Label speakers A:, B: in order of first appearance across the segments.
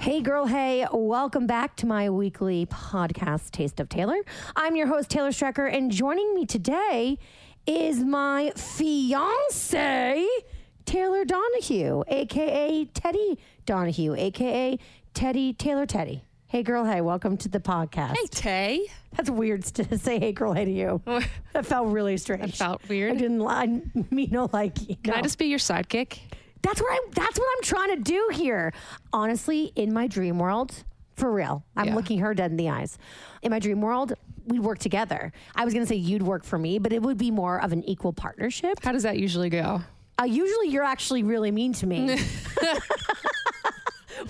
A: Hey, girl, hey, welcome back to my weekly podcast, Taste of Taylor. I'm your host, Taylor Strecker, and joining me today is my fiance, Taylor Donahue, aka Teddy Donahue, aka Teddy Taylor Teddy. Hey, girl, hey, welcome to the podcast.
B: Hey, Tay.
A: That's weird to say, hey, girl, hey to you. that felt really strange. That
B: felt weird.
A: I didn't li- I mean, no, like, you
B: Can
A: know.
B: I just be your sidekick?
A: That's what I'm. That's what I'm trying to do here. Honestly, in my dream world, for real, I'm
B: Yeah.
A: looking her dead in the eyes. In my dream world, we'd work together. I was gonna say you'd work for me, but it would be more of an equal partnership.
B: How does that usually go?
A: Uh, usually, you're actually really mean to me.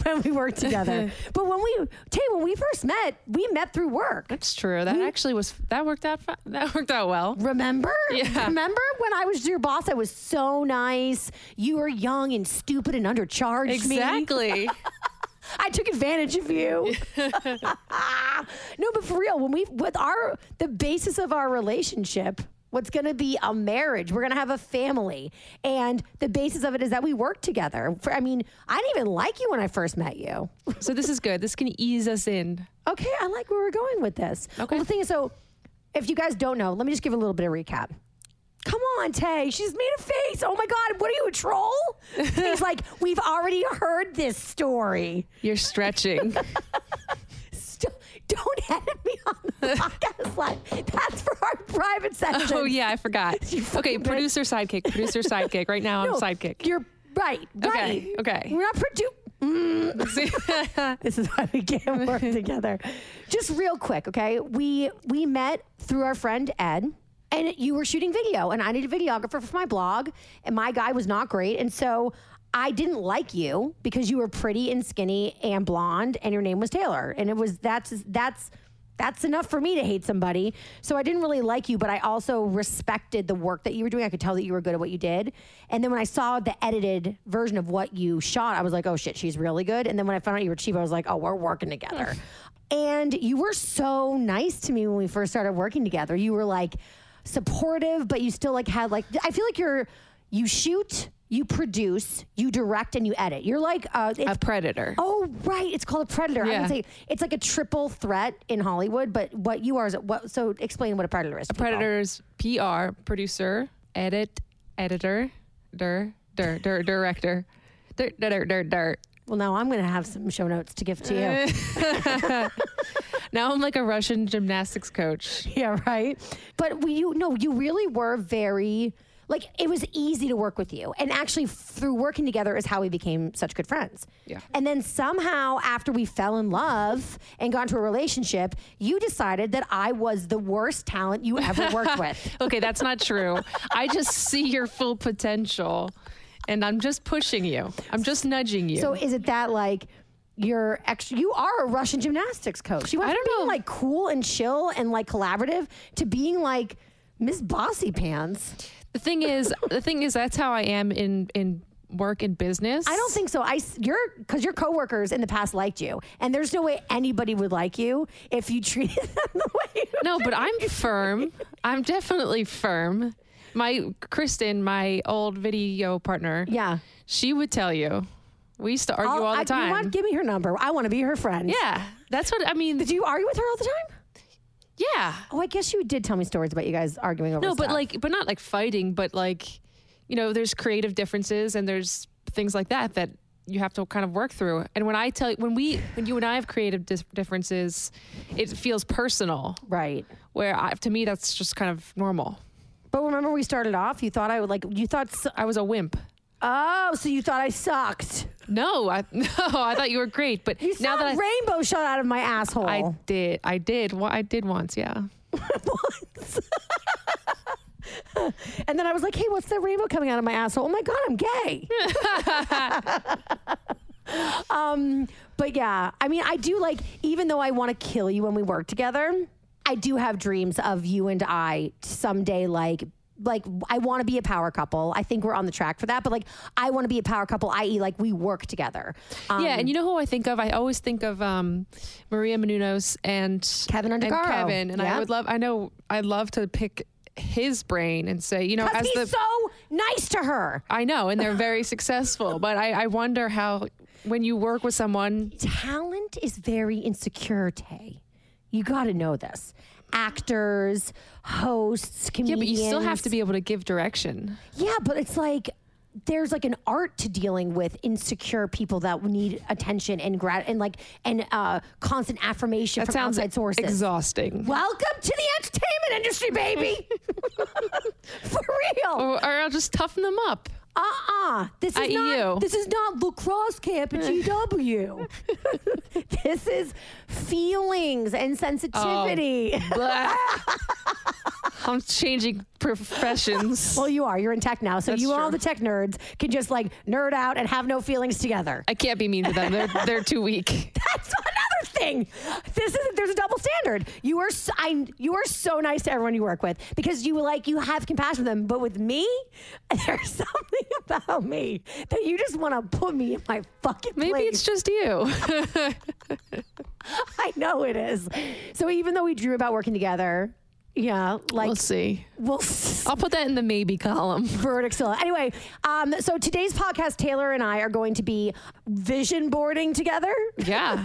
A: when we work together but when we tay when we first met we met through work
B: That's true. That actually was that worked out. fi- That worked out well.
A: Remember?
B: Yeah.
A: Remember when I was your boss? I was so nice. You were young and stupid and undercharged me.
B: Exactly.
A: I took advantage of you. no, but for real, when we with our the basis of our relationship, what's going to be a marriage? We're going to have a family, and the basis of it is that we work together. For, I mean, I didn't even like you when I first met you.
B: so this is good. This can ease us in.
A: Okay, I like where we're going with this. Okay. Well, the thing is, so if you guys don't know, let me just give a little bit of recap. Come on, Tay. She just made a face. Oh my God, what are you, a troll? He's like, we've already heard this story.
B: You're stretching.
A: St- don't edit me on the podcast line. That's for our private session.
B: oh yeah, I forgot. Okay,
A: fucking bitch.
B: producer sidekick. Producer sidekick. Right now
A: No,
B: I'm sidekick.
A: You're right. Right.
B: Okay, okay.
A: We're not produ- mm. this is why we can't work together. Just real quick, okay? We we met through our friend Ed, and you were shooting video, and I needed a videographer for my blog, and my guy was not great, and so I didn't like you because you were pretty and skinny and blonde, and your name was Taylor, and it was that's that's. That's enough for me to hate somebody. So I didn't really like you, but I also respected the work that you were doing. I could tell that you were good at what you did. And then when I saw the edited version of what you shot, I was like, oh shit, she's really good. And then when I found out you were cheap, I was like, oh, we're working together. and you were so nice to me when we first started working together. You were like supportive, but you still like had like, I feel like you're, you shoot, you produce, you direct, and you edit. You're like, uh, it's
B: A predator.
A: Oh right, it's called a predator. I
B: Yeah.
A: would say it's like a triple threat in Hollywood. But what you are is what? So explain what a predator is. to people.
B: Predators. PR. Producer. Edit. Editor. Der. Der. Der. Director. Der. Der. Der. Der. der.
A: Well, now I'm going to have some show notes to give to you.
B: Now I'm like a Russian gymnastics coach.
A: yeah, right. But we, you no, you really were very like it was easy to work with you, and actually through working together is how we became such good friends.
B: Yeah.
A: And then somehow after we fell in love and got into a relationship, you decided that I was the worst talent you ever worked with.
B: Okay, that's not true. I just see your full potential and I'm just pushing you. I'm just nudging you.
A: So is it that like you're extra? You are a Russian gymnastics coach. She went
B: I
A: from
B: don't
A: being
B: know.
A: like cool and chill and like collaborative to being like Miss Bossy Pants.
B: the thing is, the thing is that's how I am in in work in business?
A: I don't think so. I s- your because your coworkers in the past liked you, and there's no way anybody would like you if you treated them the way. You
B: No, but I'm firm. I'm definitely firm. My Kristen, my old video partner,
A: yeah.
B: she would tell you. We used to argue
A: I'll-
B: all
A: I-
B: the
A: you
B: time.
A: want- give me her number. I want to be her friend.
B: yeah, that's what I mean.
A: Did you argue with her all the time?
B: yeah,
A: Oh, I guess you did tell me stories about you guys arguing over.
B: no, but
A: stuff.
B: like, but not like fighting, but like, you know, there's creative differences and there's things like that that you have to kind of work through. And when I tell, when we, when you and I have creative dis- differences, it feels personal.
A: right.
B: Where I, to me, that's just kind of normal.
A: But remember, we started off. You thought I would like. You thought. s
B: I was a wimp.
A: oh, so you thought I sucked.
B: No, I no, I thought you were great, but
A: You saw
B: now that I,
A: rainbow shot out of my asshole.
B: I did, I did, well, I did once, yeah.
A: and then I was like, "Hey, what's that rainbow coming out of my asshole? Oh my god, I'm gay." um, but yeah, I mean, I do like, even though I want to kill you when we work together, I do have dreams of you and I someday, like. Like I want to be a power couple. I think we're on the track for that. But like I want to be a power couple, i.e., like we work together. Um,
B: yeah, and you know who I think of? I always think of um, Maria Menounos and
A: Kevin
B: and
A: Undergaro.
B: Kevin, and
A: Yeah.
B: I would love. I know I love to pick his brain and say, you know,
A: 'cause
B: as
A: he's
B: the
A: so nice to her.
B: I know, and they're very successful, but I, I wonder how when you work with someone,
A: talent is very insecure, Tay. You got to know this. Actors, hosts,
B: yeah,
A: comedians.
B: but you still have to be able to give direction.
A: Yeah, but it's like there's like an art to dealing with insecure people that need attention and grat and like and uh, constant affirmation
B: That
A: from
B: sounds
A: outside sources.
B: exhausting.
A: Welcome to the entertainment industry, baby. For real.
B: Or, or I'll just toughen them up.
A: Uh-uh. This is
B: At
A: not
B: EU.
A: this is not lacrosse camp at GW. this is feelings and sensitivity.
B: Oh. Blah. I'm changing professions.
A: Well, you are. You're in tech now, so you and all
B: true.
A: the tech nerds can just like nerd out and have no feelings together.
B: I can't be mean to them. They're they're too weak.
A: That's another thing. This is there's a double standard. You are so, I you are so nice to everyone you work with because you like you have compassion for them, but with me, there's something about me that you just want to put me in my fucking
B: Maybe
A: place.
B: it's just you.
A: I know it is. So even though we dream about working together, yeah, like
B: we'll see.
A: we'll s-
B: I'll put that in the maybe column.
A: verdict still. Anyway, um, so today's podcast, Taylor and I are going to be vision boarding together.
B: Yeah.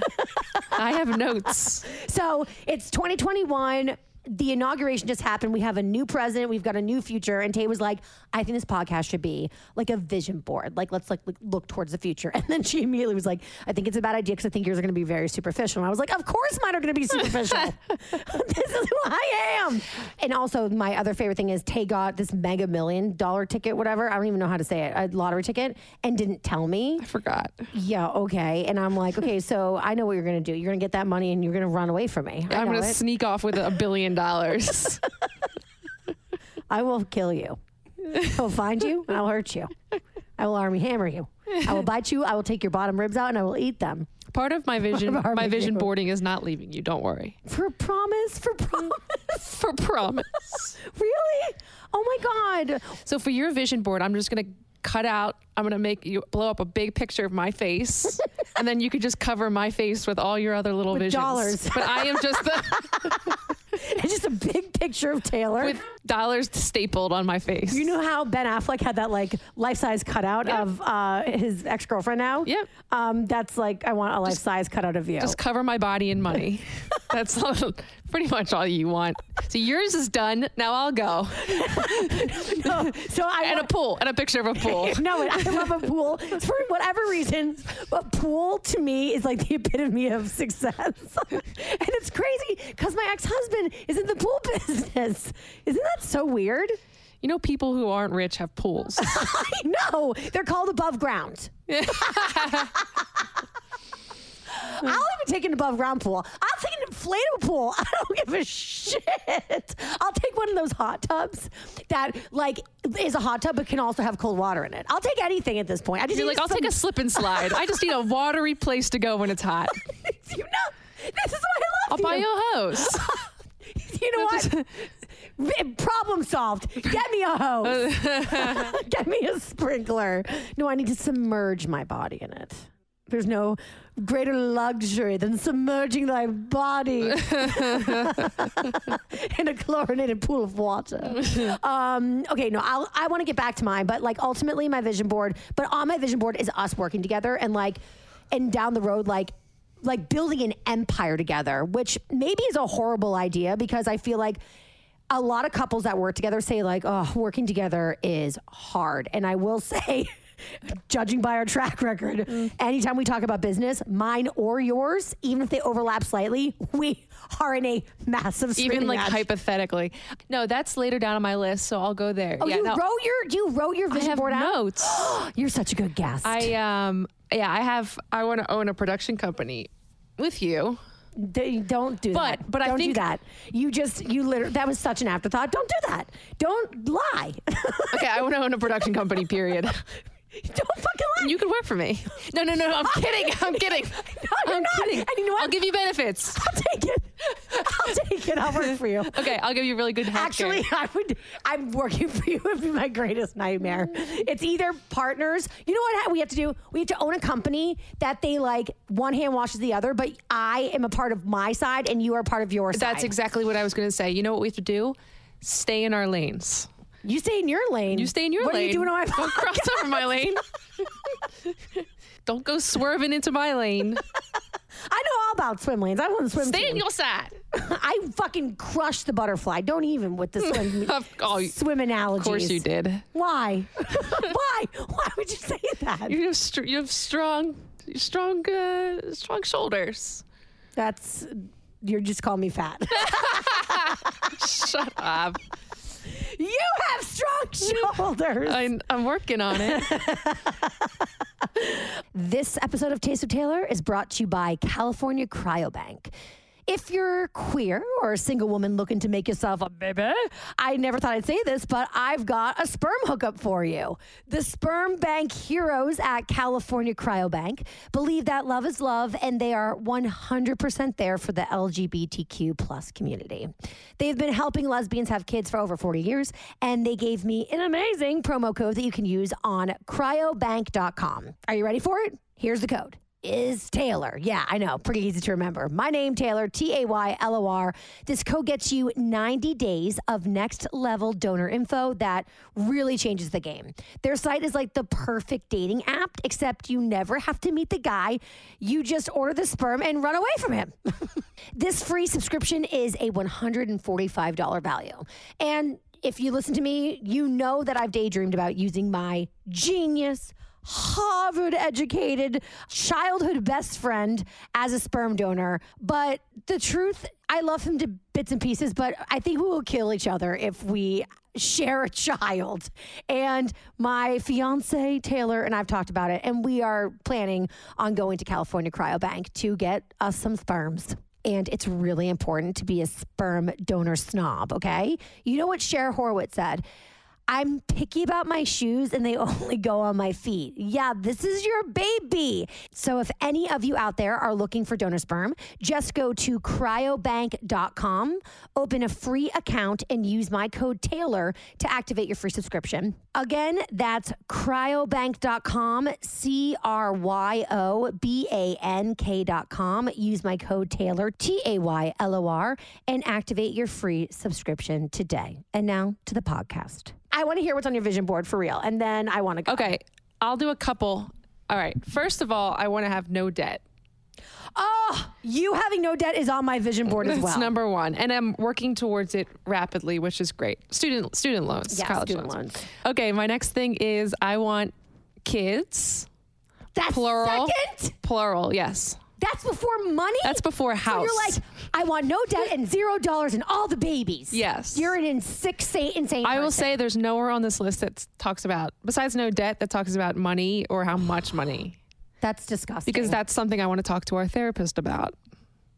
B: I have notes.
A: So it's 2021. The inauguration just happened. We have a new president. We've got a new future. And Tay was like, "I think this podcast should be like a vision board. Like, let's like look- look towards the future." And then she immediately was like, "I think it's a bad idea because I think yours are going to be very superficial." And I was like, "Of course, mine are going to be superficial. this is who I am." And also, my other favorite thing is Tay got this mega million dollar ticket, whatever. I don't even know how to say it, a lottery ticket, and didn't tell me.
B: I forgot.
A: Yeah, okay. And I'm like, okay, so I know what you're going to do. You're going to get that money and you're going to run away from me. I
B: I'm
A: know
B: gonna
A: it.
B: sneak off with a billion dollars.
A: I will kill you. I'll find you and I'll hurt you. I will army hammer you. I will bite you. I will take your bottom ribs out and I will eat them.
B: Part of my vision my vision boarding is not leaving you, don't worry.
A: For promise, for promise.
B: For promise.
A: really? Oh my God.
B: So for your vision board, I'm just gonna cut out I'm gonna make you blow up a big picture of my face. And then you could just cover my face with all your other little
A: With
B: visions.
A: dollars.
B: But I am just the
A: It's just a big picture of Taylor.
B: with dollars stapled on my face.
A: you know how Ben Affleck had that like life size cutout of uh, his ex girlfriend now?
B: Yep.
A: Um, that's like, I want a life size cutout of you.
B: just cover my body in money. That's all, pretty much all you want. So yours is done. Now I'll go.
A: so I
B: And
A: want-
B: a pool and a picture of a pool.
A: No, and I love a pool for whatever reason. A pool to me is like the epitome of success, and it's crazy because my ex-husband is in the pool business. Isn't that so weird?
B: You know, people who aren't rich have pools.
A: I know they're called above ground. I'll even take an above ground pool. I'll take an inflatable pool. I don't give a shit. I'll take one of those hot tubs that like is a hot tub but can also have cold water in it. I'll take anything at this point. I just
B: You're
A: need
B: like, I'll
A: some-
B: take a slip and slide. I just need a watery place to go when it's hot.
A: you know, this is why I love
B: I'll
A: you.
B: buy you a hose.
A: you know what? B- Problem solved. Get me a hose. Get me a sprinkler. No, I need to submerge my body in it. There's no greater luxury than submerging thy body in a chlorinated pool of water. um, okay, no, I'll, I want to get back to mine, but like ultimately my vision board, but on my vision board is us working together and like, and down the road, like, like building an empire together, which maybe is a horrible idea because I feel like a lot of couples that work together say like, oh, working together is hard. And I will say, judging by our track record, anytime we talk about business, mine or yours, even if they overlap slightly, we are in a massive
B: Even
A: screaming
B: like
A: match.
B: hypothetically. No, that's later down on my list, so I'll go there.
A: Oh,
B: yeah,
A: you
B: no,
A: wrote your you wrote your
B: I
A: vision
B: have
A: board out.
B: notes.
A: You're such a good guest.
B: I um yeah, I have I want to own a production company with you.
A: D- don't do
B: But-
A: that.
B: but I
A: don't do
B: think-
A: that. You just you literally that was such an afterthought. Don't do that. Don't lie.
B: Okay, I want to own a production company, period.
A: don't fucking lie.
B: You can work for me. No, no, no, I'm kidding. I'm kidding.
A: you're
B: I'm
A: not.
B: kidding.
A: And you know what?
B: I'll give you benefits.
A: I'll take it. I'll take it. I'll work for you.
B: Okay, I'll give you really good healthcare.
A: Actually, I would. I'm working for you would be my greatest nightmare.
B: Mm.
A: It's either partners. You know what we have to do? We have to own a company that they like. One hand washes the other, but I am a part of my side, and you are a part of your side.
B: that's exactly what I was going to say. You know what we have to do? Stay in our lanes.
A: You stay in your lane.
B: You stay in your
A: what
B: lane.
A: What are you doing on my
B: Don't cross
A: podcast?
B: over my lane. Don't go swerving into my lane.
A: I know all about swim lanes. I want to swim.
B: Stay in
A: team.
B: your side.
A: I fucking crushed the butterfly. Don't even with the swim
B: Of- oh, you-
A: swim analogies.
B: Of course you did.
A: Why? Why? Why would you say that?
B: You have str- you have strong strong uh, strong shoulders.
A: That's you're just calling me fat.
B: Shut up.
A: you have strong shoulders.
B: I, I'm working on it.
A: This episode of Taste of Taylor is brought to you by California Cryobank. If you're queer or a single woman looking to make yourself a baby, I never thought I'd say this, but I've got a sperm hookup for you. The sperm bank heroes at California Cryobank believe that love is love, and they are 100% there for the LGBTQ plus community. They've been helping lesbians have kids for over 40 years, and they gave me an amazing promo code that you can use on cryobank.com. Are you ready for it? Here's the code. Is Taylor. Yeah, I know. Pretty easy to remember. My name, Taylor, T A Y L O R. This code gets you 90 days of next level donor info that really changes the game. Their site is like the perfect dating app, except you never have to meet the guy. You just order the sperm and run away from him. this free subscription is a $145 value. And if you listen to me, you know that I've daydreamed about using my genius, Harvard educated childhood best friend as a sperm donor. But the truth, I love him to bits and pieces, but I think we will kill each other if we share a child. And my fiance, Taylor, and I've talked about it, and we are planning on going to California Cryobank to get us some sperms. And it's really important to be a sperm donor snob, okay? You know what Cher Horowitz said? I'm picky about my shoes and they only go on my feet. Yeah, this is your baby. So if any of you out there are looking for donor sperm, just go to cryobank.com, open a free account, and use my code Taylor to activate your free subscription. Again, that's cryobank.com, C R Y O B A N K.com. Use my code Taylor, T A Y L O R, and activate your free subscription today. And now to the podcast. I want to hear what's on your vision board for real, and then I want to go.
B: Okay, I'll do a couple. All right. First of all, I want to have no debt.
A: Oh, you having no debt is on my vision board as
B: That's
A: well.
B: number one, and I'm working towards it rapidly, which is great. Student student loans,
A: Yeah,
B: college
A: student
B: loans.
A: loans.
B: Okay, my next thing is I want kids,
A: That's
B: plural,
A: second.
B: plural. Yes,
A: That's before money.
B: that's before
A: So
B: house.
A: you're like, I want no debt and zero dollars and all the babies.
B: Yes.
A: You're an insane, insane.
B: I will
A: person.
B: say there's nowhere on this list that talks about besides no debt that talks about money or how much money
A: that's disgusting.
B: because that's something I want to talk to our therapist about.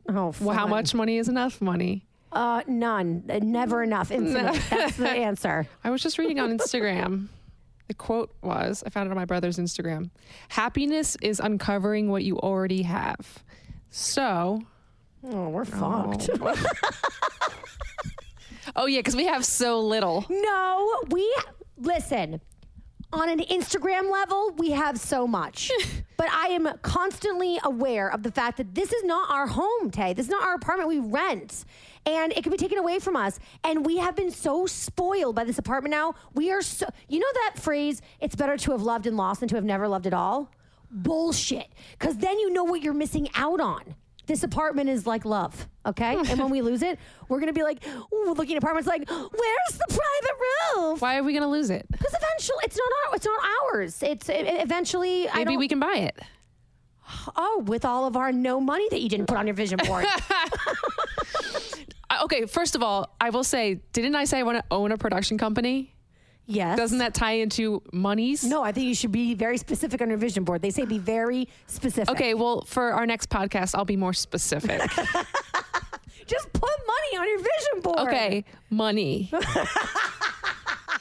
A: oh,
B: Well, how
A: fun.
B: much money is enough money?
A: Uh, none. Uh, Never enough. Infinite. That's the answer.
B: I was just reading on Instagram. The quote was I found it on my brother's Instagram happiness is uncovering what you already have. So,
A: Oh, we're fucked.
B: oh, Oh yeah, because we have so little.
A: No, we listen. On an Instagram level, we have so much. but I am constantly aware of the fact that this is not our home, Tay. This is not our apartment. We rent. And it can be taken away from us. And we have been so spoiled by this apartment now. We are so you know that phrase, it's better to have loved and lost than to have never loved at all? Bullshit. Cause then you know what you're missing out on this apartment is like love, okay? and when we lose it, we're gonna be like, ooh, looking at apartments like, where's the private roof?
B: Why are we gonna lose it?
A: Because eventually, it's not our, it's not ours. It's it, it- eventually, I
B: Maybe
A: don't.
B: we can buy it.
A: oh, with all of our no money that you didn't put on your vision board.
B: Uh, Okay, first of all, I will say, didn't I say I want to own a production company?
A: yes.
B: Doesn't that tie into monies?
A: No, I think you should be very specific on your vision board. They say be very specific.
B: Okay, well, for our next podcast, I'll be more specific.
A: Just put money on your vision board.
B: Okay, money.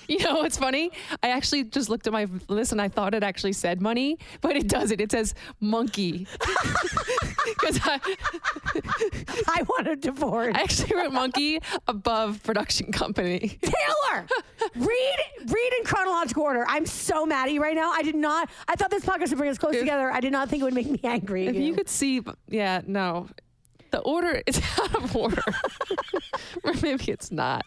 B: you know what's funny? I actually just looked at my list and I thought it actually said money, but it doesn't. It says monkey. Because I,
A: I want a divorce.
B: I actually wrote monkey above production company.
A: Taylor, read read in chronological order. I'm so mad at you right now. I did not. I thought this podcast would bring us close together. I did not think it would make me angry. at
B: If you could see, yeah, no. The order is out of order. or maybe it's not.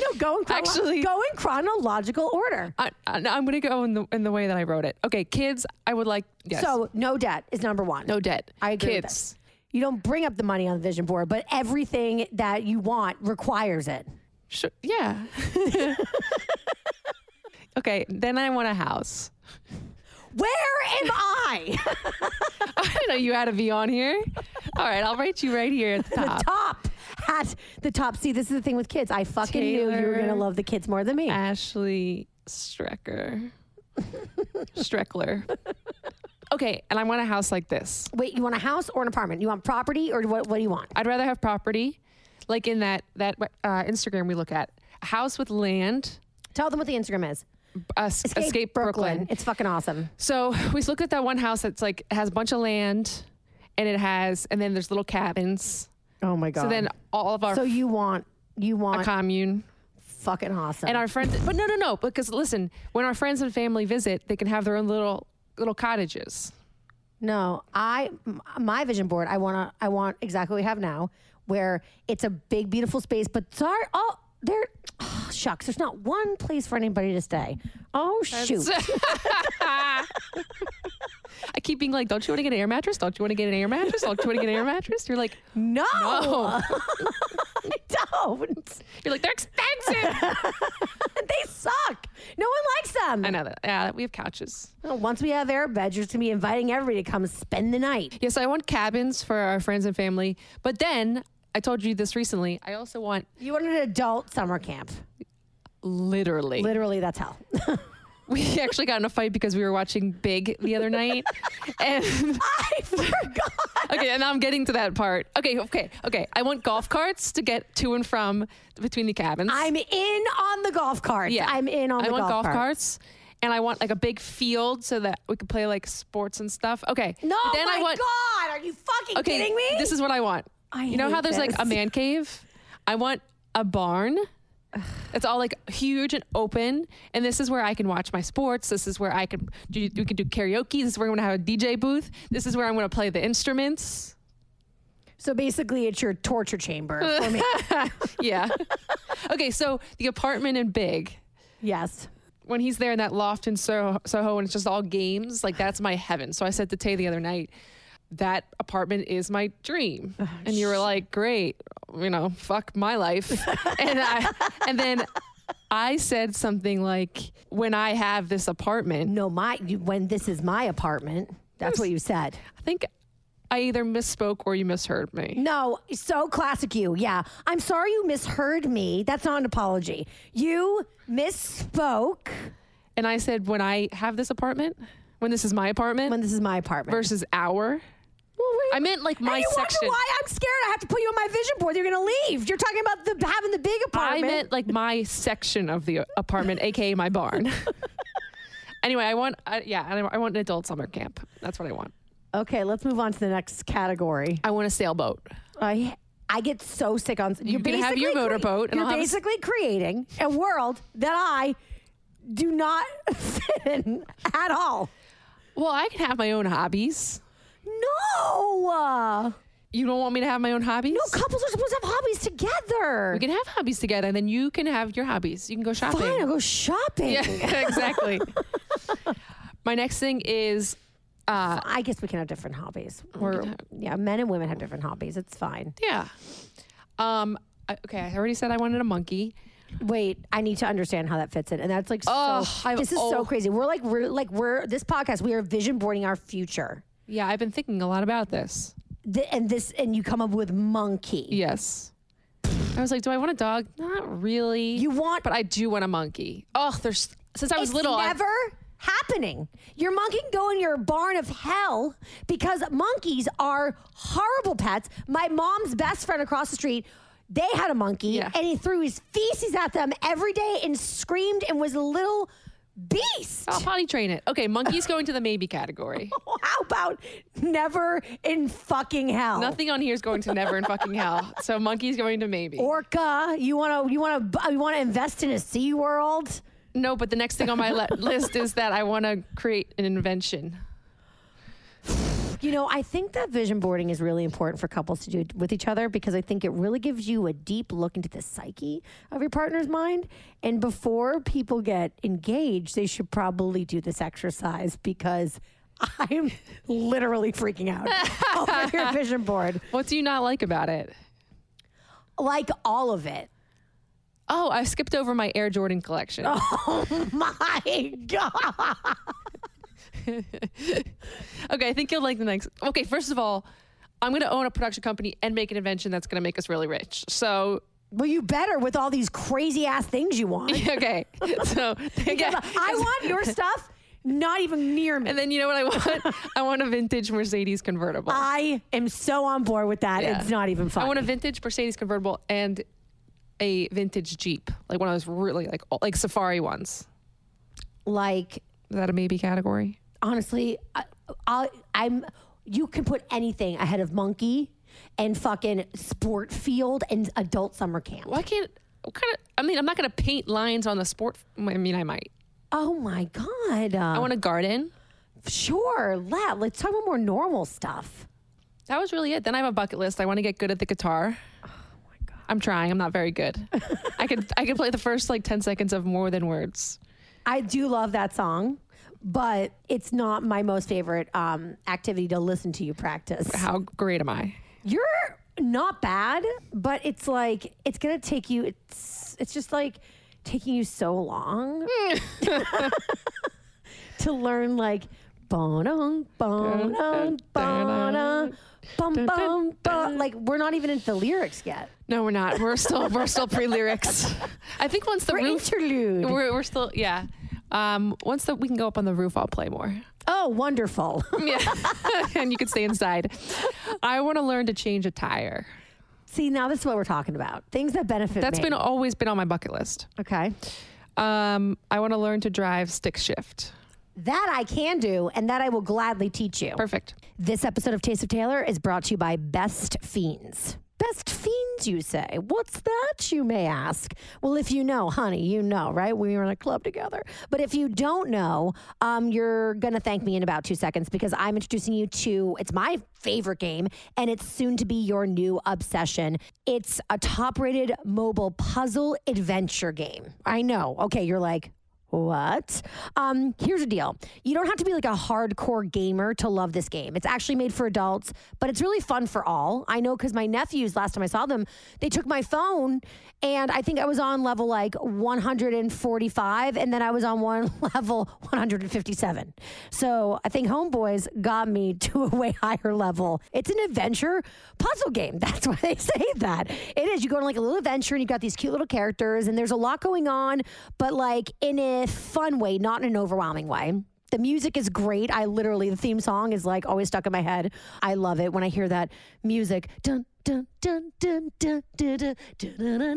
A: no, go in chronolo-
B: Actually-
A: go in chronological order.
B: I, I, I'm going to go in the, in the way that I wrote it. Okay, kids, I would like, yes.
A: So no debt is number one.
B: no debt.
A: I agree with
B: Kids.
A: that. You don't bring up the money on the vision board, but everything that you want requires it.
B: Sure. Yeah. okay. Then I want a house.
A: Where am I?
B: I didn't know you had to be on here. All right. I'll write you right here at the top.
A: top at the top. See, this is the thing with kids. I fucking knew you were
B: Taylor.
A: gonna love the kids more than me.
B: Ashley Strecker. Streckler. Okay. And I want a house like this.
A: Wait, you want a house or an apartment? You want property or what? What do you want?
B: I'd rather have property, like in that that uh, Instagram we look at. A house with land.
A: Tell them what the Instagram is.
B: Uh, Escape, Brooklyn.
A: It's fucking awesome.
B: So we looked at that one house that's like has a bunch of land, and it has, and then there's little cabins.
A: Oh my god.
B: So then all of our
A: so you want you want
B: commune
A: fucking awesome.
B: and our friends but no no no because listen when our friends and family visit they can have their own little little cottages
A: no, I m- my vision board. I want to. I want exactly what we have now, where it's a big beautiful space, but sorry, oh there. Oh, shucks, there's not one place for anybody to stay. Oh shoot.
B: i keep being like don't you want to get an air mattress don't you want to get an air mattress don't you want to get an air mattress you're like
A: No,
B: No.
A: I don't.
B: you're like they're expensive
A: They suck. No one likes them.
B: i know that yeah we have couches
A: Well, Once we have our beds, you're just gonna be inviting everybody to come spend the night.
B: yes i want cabins for our friends and family but then i told you this recently i also want
A: You want an adult summer camp?
B: literally
A: Literally, that's hell.
B: we actually got in a fight because we were watching big the other night and
A: I forgot.
B: okay, and I'm getting to that part. Okay, okay, okay. I want golf carts to get to and from between the cabins.
A: I'm in on the golf cart.
B: yeah,
A: I'm in on
B: I
A: the
B: want golf,
A: cart.
B: carts, and I want like a big field so that we could play like sports and stuff. Okay.
A: No,
B: then
A: my
B: I want.
A: God, are you fucking
B: Okay,
A: kidding me?
B: this is what I want.
A: I
B: you know how
A: hate
B: there's like a
A: this.
B: man cave. I want a barn. It's all like huge and open, and this is where I can watch my sports. This is where I can do. We can do karaoke. This is where I'm gonna have a DJ booth. This is where I'm gonna play the instruments.
A: so basically, it's your torture chamber for me.
B: Yeah. okay, so the apartment in Big,
A: yes.
B: when he's there in that loft in Soho, Soho and it's just all games, like that's my heaven. So I said to Tay the other night, that apartment is my dream.
A: Oh,
B: and you were like, great, you know, fuck my life. and, I, and then I said something like, when I have this apartment,
A: No, my you, when this is my apartment. That's what you said.
B: I think I either misspoke or you misheard me.
A: No, so classic you. Yeah. I'm sorry you misheard me. That's not an apology. You misspoke
B: And I said, when I have this apartment, when this is my apartment
A: when this is my apartment.
B: versus our. I meant like my
A: and you
B: section.
A: wonder why I'm scared. I have to put you on my vision board. You're going to leave. You're talking about the having the big
B: I
A: apartment.
B: meant like my section of the apartment, aka my barn. anyway, I want I, yeah, and I, I want an adult summer camp. That's what I want.
A: okay, let's move on to the next category.
B: I want a sailboat.
A: I I get so sick on. You're
B: can have your
A: basically
B: motorboat and
A: You're
B: I'll have a s-
A: basically creating a world that I do not fit in at all.
B: Well, I can have my own hobbies.
A: No, uh,
B: You don't want me to have my own hobbies?
A: no couples are supposed to have hobbies together.
B: We can have hobbies together, and then you can have your hobbies. You can go shopping.
A: Fine, I'll go shopping.
B: Yeah, exactly. my next thing is uh,
A: I guess we can have different hobbies. Or yeah, men and women have different hobbies. It's fine.
B: yeah. Um, I- okay, I already said I wanted a monkey.
A: Wait, I need to understand how that fits in, and that's like
B: Ugh,
A: so.
B: I've-
A: this is
B: oh.
A: so crazy. We're like we're like we're this podcast. We are vision boarding our future,
B: Yeah, I've been thinking a lot about this.
A: Th- and this and you come up with monkey.
B: Yes. I was like, do I want a dog? Not really.
A: You want-
B: but I do want a monkey. Oh, there's since I was
A: it's
B: little. I-
A: never happening. Your monkey can go in your barn of hell because monkeys are horrible pets. My mom's best friend across the street. They had a monkey
B: Yeah.
A: and he threw his feces at them every day and screamed and was a little beast.
B: I'll potty train it. Okay, monkeys going to the maybe category.
A: How about never in fucking hell?
B: Nothing on here is going to never in fucking hell. So monkeys going to maybe.
A: Orca, you want to you want to you want to invest in a Sea World?
B: no, but the next thing on my le- list is that I want to create an invention.
A: You know, I think that vision boarding is really important for couples to do with each other because I think it really gives you a deep look into the psyche of your partner's mind. And before people get engaged, they should probably do this exercise because I'm literally freaking out over your vision board,
B: What do you not like about it?
A: like all of it.
B: Oh, I skipped over my Air Jordan collection.
A: Oh. My God,
B: Okay, I think you'll like the next. Okay, first of all, I'm going to own a production company and make an invention that's going to make us really rich. So,
A: well, you better with all these crazy ass things you want.
B: okay. So, again,
A: I want your stuff not even near me.
B: And then you know what I want? I want a vintage Mercedes convertible.
A: I am so on board with that.
B: Yeah.
A: It's not even fun.
B: I want a vintage Mercedes convertible and a vintage Jeep, like one of those really like old- like safari ones.
A: like
B: Is that a maybe category?
A: honestly, I, I, I'm. You can put anything ahead of monkey and fucking sport field and adult summer camp.
B: Why can't what kind of? I mean, I'm not gonna paint lines on the sport. I mean, I might.
A: Oh my god!
B: I want a garden.
A: sure. Let let's talk about more normal stuff.
B: That was really it. Then I have a bucket list. I want to get good at the guitar. I'm trying. I'm not very good. I could I could play the first like 10 seconds of More Than Words.
A: I do love that song, but it's not my most favorite um, activity to listen to you practice.
B: How great am I?
A: You're not bad, but it's like it's gonna take you. It's it's just like taking you so long to learn like bonum bonum bonum bum bum bum. Like we're not even into the lyrics yet.
B: No, we're not. We're still we're still pre lyrics. I think once the
A: We're
B: roof
A: interlude.
B: we're, we're still yeah. Um, once that we can go up on the roof, I'll play more.
A: Oh, wonderful!
B: Yeah, and you can stay inside. I want to learn to change a tire.
A: See, now this is what we're talking about. Things that benefit.
B: That's
A: me.
B: been always been on my bucket list.
A: okay.
B: Um, I want to learn to drive stick shift.
A: That I can do, and that I will gladly teach you.
B: Perfect.
A: This episode of Taste of Taylor is brought to you by Best Fiends. Best Fiends, you say? What's that, you may ask? Well, if you know, honey, you know, right? We were in a club together. But if you don't know, um, you're going to thank me in about two seconds because I'm introducing you to it's my favorite game, and it's soon to be your new obsession. It's a top rated mobile puzzle adventure game. I know. Okay, you're like, what? Um, here's the deal. You don't have to be like a hardcore gamer to love this game. It's actually made for adults, but it's really fun for all. I know because my nephews, last time I saw them, they took my phone and I think I was on level like 145 and then I was on one level 157. So I think Homeboys got me to a way higher level. It's an adventure puzzle game. That's why they say that. It is. You go on like a little adventure and you've got these cute little characters and there's a lot going on, but like in a fun way, not in an overwhelming way. The music is great. I literally, the theme song is like always stuck in my head. I love it when I hear that music. Dun, dun, dun, dun, dun, dun, dun, dun, dun, dun, dun, dun,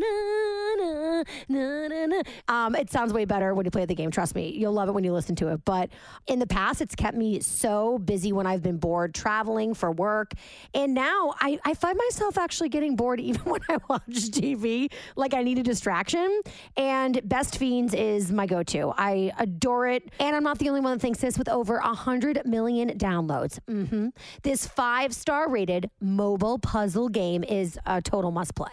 A: na, na, na, na. Um, it sounds way better when you play the game. Trust me, you'll love it when you listen to it. But in the past, it's kept me so busy when I've been bored traveling for work, and now I, I find myself actually getting bored even when I watch TV. Like I need a distraction, and Best Fiends is my go-to. I adore it, and I'm not the only one that thinks this. With over hundred million downloads, hmm this five-star rated mobile puzzle game is a total must-play.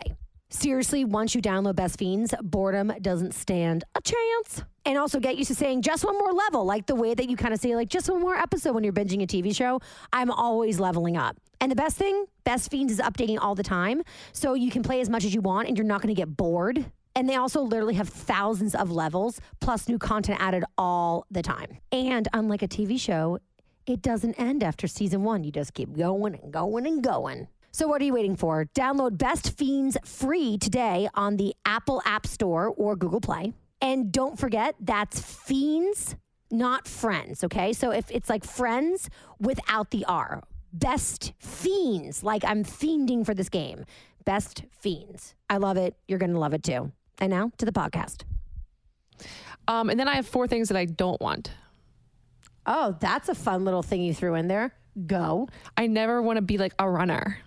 A: Seriously, once you download Best Fiends, boredom doesn't stand a chance. And also get used to saying just one more level, like the way that you kind of say, like, just one more episode when you're binging a TV show. I'm always leveling up. And the best thing, Best Fiends is updating all the time. So you can play as much as you want and you're not going to get bored. And they also literally have thousands of levels plus new content added all the time. And unlike a TV show, it doesn't end after season one. You just keep going and going and going. So, what are you waiting for? Download Best Fiends free today on the Apple App Store or Google Play. And don't forget, that's Fiends, not Friends, okay? So, if it's like Friends without the R, Best Fiends, like I'm fiending for this game. Best Fiends. I love it. You're going to love it too. And now to the podcast.
B: Um, and then I have four things that I don't want.
A: Oh, that's a fun little thing you threw in there. Go.
B: I never want to be like a runner.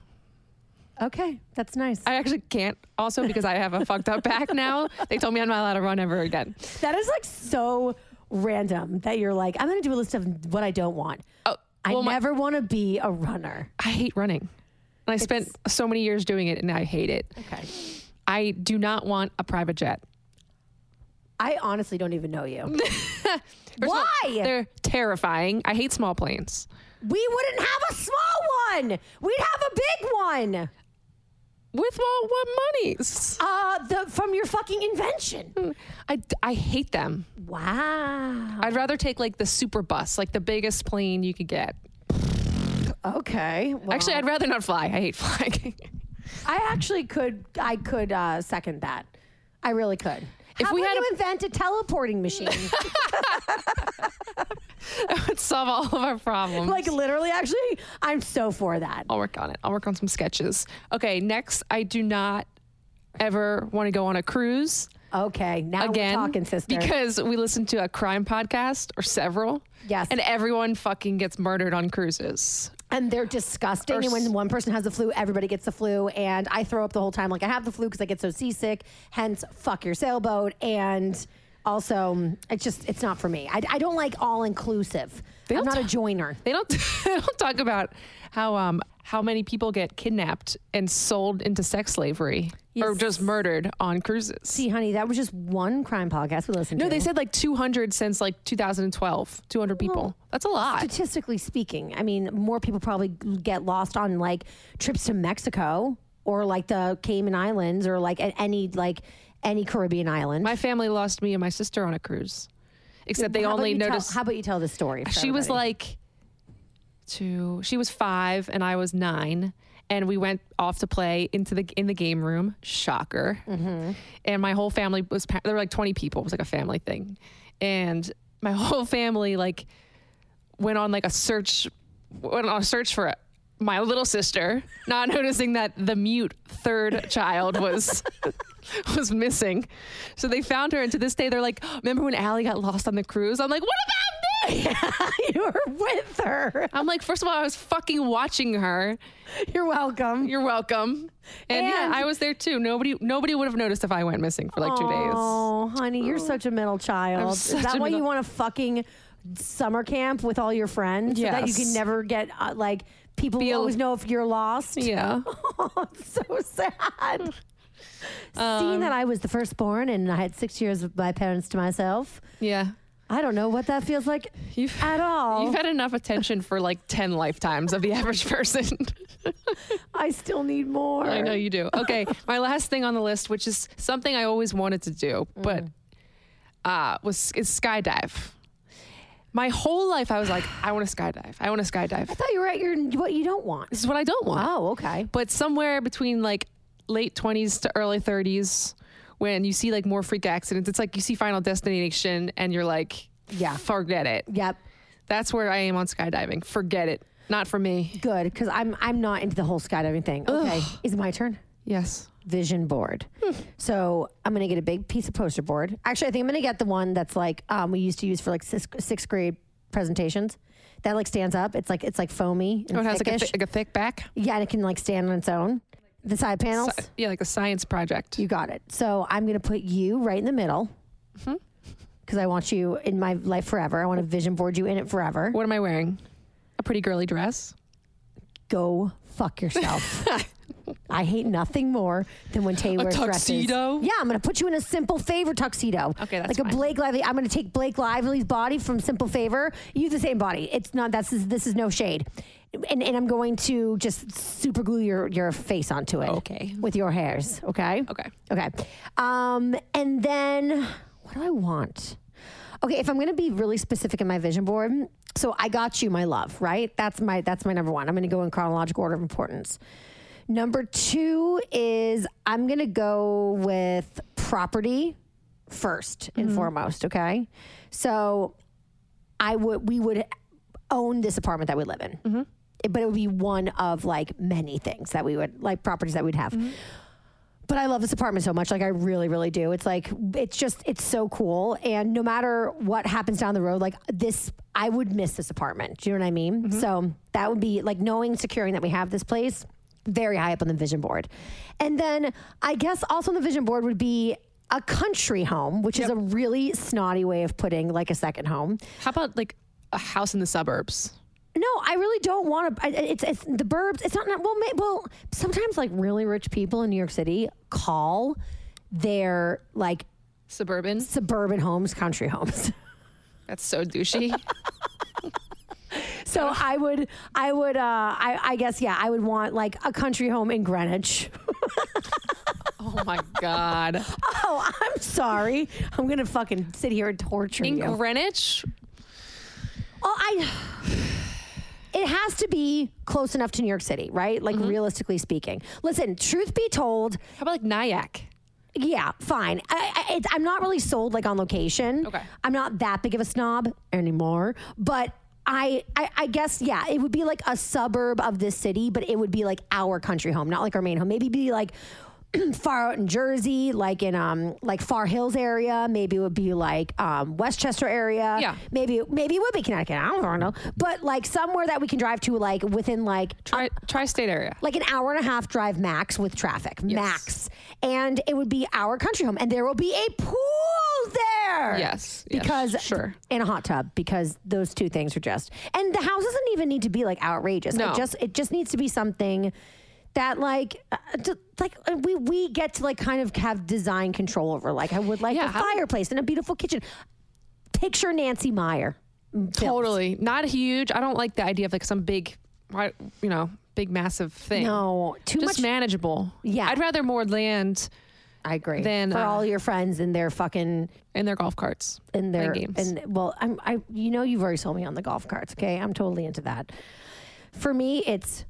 A: Okay, that's nice.
B: I actually can't. Also, because I have a fucked up back now. They told me I'm not allowed to run ever again.
A: That is like so random that you're like, I'm going to do a list of what I don't want.
B: Oh,
A: I
B: well, my-
A: never want to be a runner.
B: I hate running. And I spent so many years doing it, and I hate it.
A: Okay.
B: I do not want a private jet.
A: I honestly don't even know you.
B: First of all,
A: Why?
B: they're terrifying. I hate small planes.
A: we wouldn't have a small one. We'd have a big one.
B: With all what monies?
A: Uh, the from your fucking invention.
B: I, I hate them.
A: Wow.
B: I'd rather take like the super bus, like the biggest plane you could get.
A: Okay. Well,
B: Actually, I'd rather not fly. I hate flying.
A: I actually could. I could uh, second that. I really could.
B: If
A: How
B: we
A: about
B: had
A: you
B: a-
A: invent a teleporting machine,
B: that would solve all of our problems.
A: like literally, actually, I'm so for that.
B: I'll work on it. I'll work on some sketches. Okay, next, I do not ever want to go on a cruise
A: Okay, now
B: again
A: we're talking, sister.
B: because we listen to a crime podcast or several.
A: Yes.
B: and everyone fucking gets murdered on cruises.
A: and they're disgusting. and when one person has the flu, everybody gets the flu. And I throw up the whole time, like I have the flu because I get so seasick. Hence, fuck your sailboat. And also, mm, it's just it's not for me. I, I don't like all inclusive. I'm
B: don't
A: not a joiner.
B: They don't they don't talk about how um how many people get kidnapped and sold into sex slavery or just murdered on cruises.
A: See, honey, that was just one crime podcast we listened
B: no,
A: to.
B: they said like 200 since like 2012. 200 people. That's a lot.
A: statistically speaking, I mean, more people probably get lost on like trips to Mexico or like the Cayman Islands or like a- any like any Caribbean island.
B: My family lost me and my sister on a cruise. Except they
A: How about
B: only
A: you tell-
B: noticed
A: how about you tell the story? for
B: she was
A: everybody?
B: like two she was five and i was nine and we went off to play into the in the game room shocker
A: Mm-hmm.
B: and my whole family was pa- there were like 20 people it was like a family thing and my whole family like went on like a search went on a search for my little sister not noticing that the mute third child was was missing so they found her and to this day they're like remember when Allie got lost on the cruise i'm like what about me
A: you were with her.
B: I'm like, first of all, I was fucking watching her.
A: You're welcome.
B: You're welcome. And, yeah,
A: And-
B: I was there too. Nobody nobody would have noticed if I went missing for like two days.
A: Oh, honey, you're such a middle child. Is
B: such
A: that
B: a
A: why you
B: middle-
A: want a fucking summer camp with all your friends so that you can
B: Yes.
A: never get uh, like people
B: Be a-
A: always know if you're lost?
B: Yeah.
A: Oh, it's so sad. Seeing
B: Um,
A: that I was the firstborn and I had six years of my parents to myself,
B: Yeah.
A: I don't know what that feels like
B: You've-
A: at all.
B: You've had enough attention for like 10 lifetimes of the average person.
A: I still need more.
B: I know you do. Okay. My last thing on the list, which is something I always wanted to do, but uh, was is skydive. My whole life I was like, I want to skydive. I want to
A: I
B: skydive.
A: thought you were at your what you don't want.
B: This is what I don't want.
A: Oh, okay.
B: but somewhere between like late 20s to early 30s when you see like more freak accidents it's like you see final destination and you're like
A: Yeah.
B: forget it
A: Yep.
B: that's where i am on skydiving forget it not for me
A: Good, because I'm I'm not into the whole skydiving thing. Okay, is it my turn?
B: Yes.
A: vision board.
B: Hmm.
A: So I'm going to get a big piece of poster board. Actually, I think I'm going to get the one that's like um, we used to use for like sixth, sixth grade presentations. That like stands up. It's like it's like foamy and
B: Oh, it has like a,
A: thickish.
B: thi- like a thick back.
A: yeah, and it can like stand on its own. The side panels.
B: Sci- yeah, like a science project.
A: You got it. So I'm going to put you right in the middle
B: Mm-hmm.
A: because I want you in my life forever. I want to vision board you in it forever.
B: what am I wearing? A pretty girly dress.
A: Go fuck yourself. I hate nothing more than when Tay wears
B: tuxedo?
A: dresses. Yeah, I'm going to put you in a simple favor tuxedo.
B: Okay, that's
A: like a
B: fine.
A: Blake Lively. I'm going to take Blake Lively's body from Simple Favor. You have the same body. It's not. That's this is no shade. And, and I'm going to just super glue your, your face onto it.
B: Okay.
A: With your hairs. Okay.
B: Okay.
A: Okay. Um, and then what do I want? Okay, if I'm gonna be really specific in my vision board, so I got you, my love, right? That's my that's my number one. I'm gonna go in chronological order of importance. Number two is I'm gonna go with property first and foremost, okay? So I would we would own this apartment that we live in. But it would be one of like many things that we would like properties that we'd have but I love this apartment so much. Like I really, really do. It's like it's just it's so cool. And no matter what happens down the road, like this, I would miss this apartment. Do you know what I mean? So that would be like knowing, securing that we have this place, very high up on the vision board. And then I guess also on the vision board would be a country home, which is a really snotty way of putting like a second home.
B: How about like a house in the suburbs?
A: No, I really don't want to. It's it's the burbs. It's not not- well. May, well, sometimes like really rich people in New York City call their like
B: Suburban.
A: suburban homes country homes.
B: That's so douchey.
A: So I would I would uh I, I guess yeah, I would want like a country home in Greenwich.
B: oh my god.
A: Oh, I'm sorry. I'm gonna fucking sit here and torture
B: In
A: you.
B: Greenwich,
A: Oh, I. It has to be close enough to New York City, right? Like realistically speaking. Listen, truth be told,
B: how about like Nyack?
A: Yeah, fine. I, I, it's, I'm not really sold like on location.
B: Okay.
A: I'm not that big of a snob anymore, but. I, I, I guess yeah, it would be like a suburb of this city, but it would be like our country home, not like our main home. Maybe be like far out in Jersey, like in um like Far Hills area. Maybe it would be like um, Westchester area.
B: Yeah.
A: Maybe maybe it would be Connecticut. I don't know, but like somewhere that we can drive to, like within like
B: Tri- tri-state area.
A: like an hour and a half drive max with traffic max and it would be our country home and there will be a pool there
B: Yes, yes,
A: because
B: sure.
A: and a hot tub because those two things are just and the house doesn't even need to be like outrageous
B: No.
A: it just it just needs to be something that like uh, d- like uh, we we get to like kind of have design control over like I would like
B: Yeah,
A: a
B: how-
A: fireplace and a beautiful kitchen picture Nancy Meyer films.
B: Totally. Not huge. I don't like the idea of like some big, right, you know, big massive thing.
A: no too
B: Just
A: much
B: manageable.
A: Yeah.
B: I'd rather more land
A: I agree
B: than,
A: for
B: uh,
A: all your friends and their fucking
B: in their golf carts.
A: and their
B: games.
A: and well i'm i you know you've already sold me on the golf carts okay i'm totally into that for me it's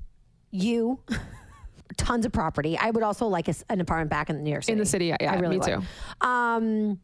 A: you tons of property i would also like a s an apartment back in new york city
B: In the city, yeah, yeah,
A: i really
B: me
A: would. um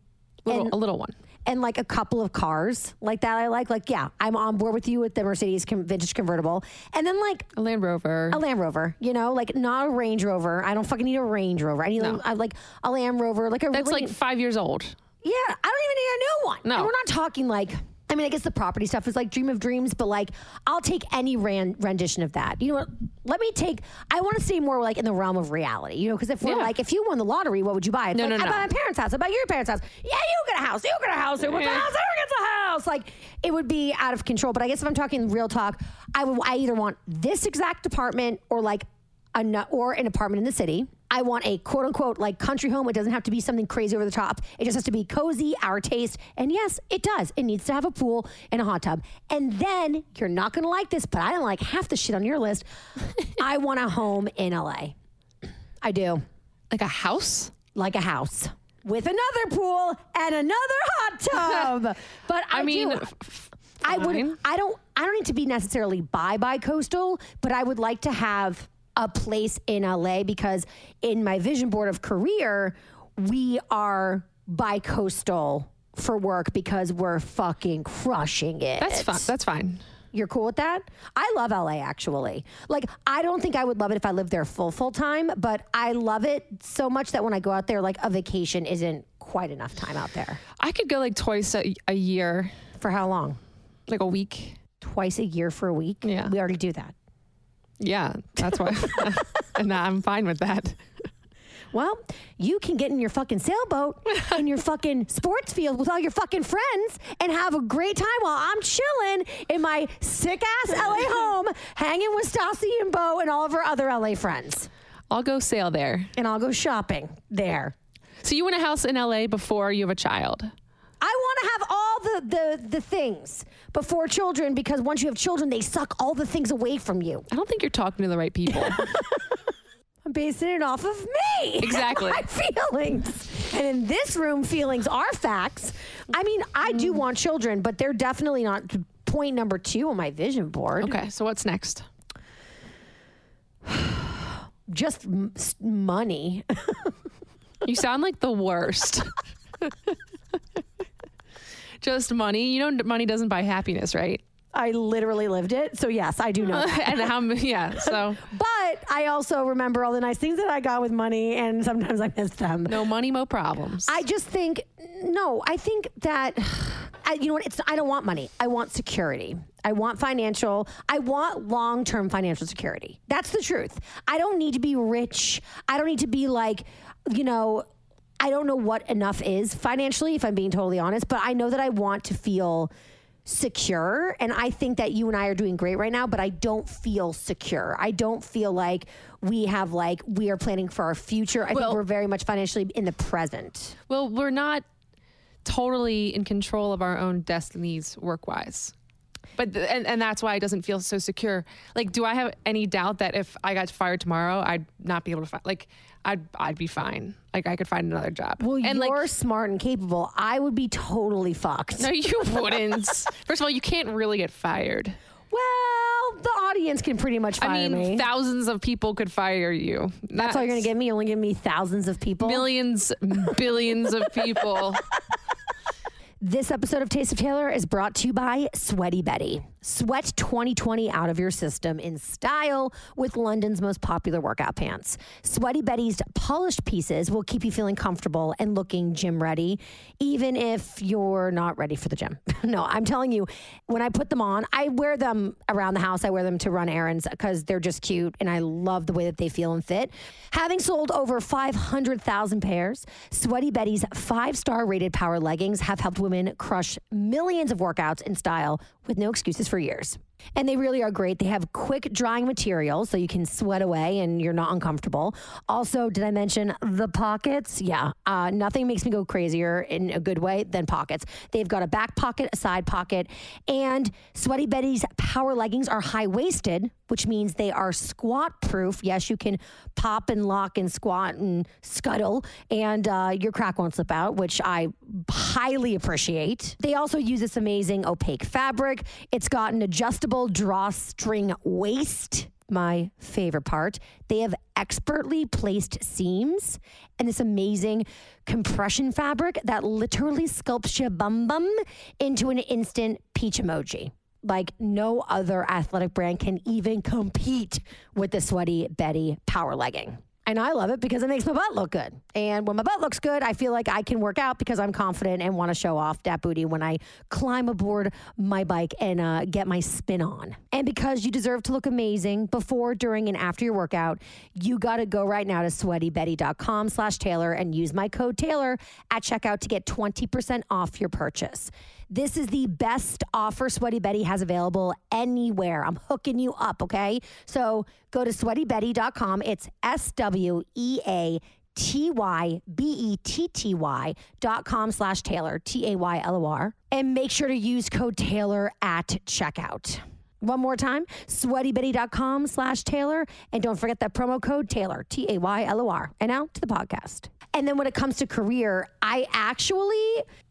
B: Little,
A: And-
B: a little one.
A: and like a couple of cars like that i like like yeah i'm on board with you with the mercedes con- vintage convertible and then like
B: A Land Rover.
A: a Land Rover, you know, like not a Range Rover. I don't fucking need a Range Rover. I need like, I like a Land Rover, like a
B: That's
A: really
B: like five years old.
A: Yeah, I don't even need a new one.
B: No.
A: And we're not talking like. I mean, I guess the property stuff is like dream of dreams, but like I'll take any ran- rendition of that. You know what? Let me take. I want to stay more like in the realm of reality. You know, because if we're
B: Yeah.
A: like, if you won the lottery, what would you buy? It's
B: No,
A: like,
B: no,
A: I
B: no.
A: bought my parents' house. I bought your parents' house. Yeah, you get a house. You get a house. Who wants a
B: Yeah.
A: house? Everyone gets a house. Like it would be out of control. But I guess if I'm talking real talk, I would. I either want this exact apartment or like a nu- or an apartment in the city. I want a quote unquote like country home. It doesn't have to be something crazy over the top. It just has to be cozy, our taste. And yes, it does. It needs to have a pool and a hot tub. And then you're not going to like this, but I don't like half the shit on your list. I want a home in LA. I do.
B: Like a house?
A: Like a house with another pool and another hot tub. but I,
B: I, mean,
A: do.
B: f- f-
A: I would.
B: fine.
A: I don't. I don't need to be necessarily bi bi coastal, but I would like to have a place in LA because in my vision board of career, we are bi coastal for work because we're fucking crushing it.
B: that's fine. That's fine.
A: You're cool with that? I love LA actually. Like I don't think I would love it if I lived there full full time, but I love it so much that when I go out there, like a vacation isn't quite enough time out there.
B: I could go like twice a, a year,
A: For how long?
B: like a week.
A: Twice a year for a week?
B: Yeah.
A: We already do that.
B: Yeah, that's why. and I'm fine with that.
A: Well, you can get in your fucking sailboat in your fucking sports field with all your fucking friends and have a great time while I'm chilling in my sick ass LA home, hanging with Stassi and Bo and all of our other LA friends.
B: I'll go sail there.
A: And I'll go shopping there.
B: So you want a house in LA before you have a child?
A: I want to have all the, the the things before children because once you have children, they suck all the things away from you.
B: I don't think you're talking to the right people.
A: I'm basing it off of me.
B: Exactly.
A: my feelings. And in this room, feelings are facts. I mean, I
B: Mm.
A: do want children, but they're definitely not point number two on my vision board.
B: okay, so what's next?
A: Just m- s- money.
B: You sound like the worst. Just money. You know, money doesn't buy happiness, right?
A: I literally lived it. So, yes, I do know. that.
B: and how? m- Yeah. So
A: But I also remember all the nice things that I got with money, and sometimes I miss them.
B: no money, no problems.
A: I just think no. I think that I, you know what? It's I don't want money. I want security. I want financial. I want long term financial security. That's the truth. I don't need to be rich. I don't need to be like you know. I don't know what enough is financially, if I'm being totally honest. But I know that I want to feel secure and i think that you and i are doing great right now but i don't feel secure i don't feel like we have like we are planning for our future i think
B: Well-
A: we're very much financially in the present
B: well, we're not totally in control of our own destinies work-wise. But th- and, and that's why it doesn't feel so secure. Like, do I have any doubt that if I got fired tomorrow, I'd not be able to find like I'd I'd be fine. Like I could find another job.
A: Well,
B: and
A: you're
B: like
A: smart and capable. I would be totally fucked.
B: no, you wouldn't. First of all, you can't really get fired.
A: Well, the audience can pretty much fire
B: I mean,
A: me.
B: thousands of people could fire you.
A: That's all you're gonna give me. You're only giving me thousands of people.
B: Millions, billions of people.
A: This episode of Taste of Taylor is brought to you by Sweaty Betty. Sweat 2020 out of your system in style with London's most popular workout pants. Sweaty Betty's polished pieces will keep you feeling comfortable and looking gym ready, even if you're not ready for the gym. no, I'm telling you, when I put them on, I wear them around the house. I wear them to run errands because they're just cute and I love the way that they feel and fit. Having sold over 500,000 pairs, Sweaty Betty's five star rated power leggings have helped women crush millions of workouts in style with no excuses for years. And they really are great. They have quick drying material so you can sweat away and you're not uncomfortable. Also, did I mention the pockets? Yeah, uh, nothing makes me go crazier in a good way than pockets. They've got a back pocket, a side pocket, and Sweaty Betty's power leggings are high waisted, which means they are squat proof. Yes, you can pop and lock and squat and scuttle, and uh, your crack won't slip out, which I highly appreciate. They also use this amazing opaque fabric. It's got an adjustable drawstring waist. My favorite part. They have expertly placed seams and this amazing compression fabric that literally sculpts your bum bum into an instant peach emoji like no other athletic brand can even compete with the sweaty Betty power legging. And I love it because it makes my butt look good. And when my butt looks good, I feel like I can work out because I'm confident and want to show off that booty when I climb aboard my bike and uh, get my spin on. And because you deserve to look amazing before, during, and after your workout, you got to go right now to sweatybetty.com slash Taylor and use my code Taylor at checkout to get 20% off your purchase. This is the best offer Sweaty Betty has available anywhere. I'm hooking you up, okay? So go to sweatybetty.com. It's S W E A T Y B E T T Y dot com slash Taylor, T A Y L O R. And make sure to use code Taylor at checkout. One more time, sweatybetty.com slash Taylor. And don't forget that promo code Taylor, T A Y L O R. And now to the podcast. And then when it comes to career, I actually,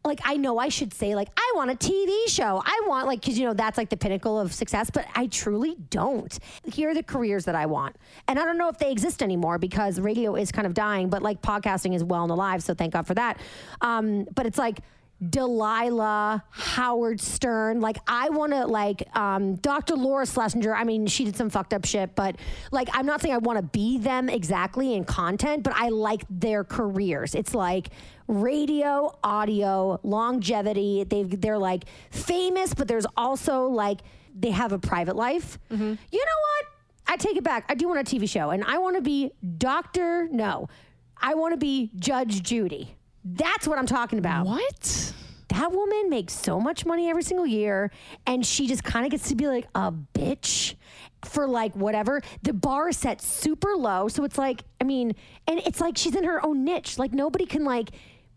A: like, I know I should say, like, I want a TV show. I want, like, because, you know, that's like the pinnacle of success, but I truly don't. Here are the careers that I want. And I don't know if they exist anymore because radio is kind of dying, but like podcasting is well and alive. So thank God for that. Um, but it's like, Delilah, Howard Stern. Like I want to like um, Dr. Laura Schlesinger. I mean, she did some fucked up shit, but like I'm not saying I want to be them exactly in content, but I like their careers. It's like radio, audio, longevity. They they're like famous, but there's also like they have a private life. You know what? I take it back. I do want a TV show, and I want to be Doctor. No, I want to be Judge Judy. That's what I'm talking about.
B: What?
A: That woman makes so much money every single year, and she just kind of gets to be like a bitch for like whatever. The bar is set super low, so it's like, I mean, and it's like she's in her own niche. Like nobody can like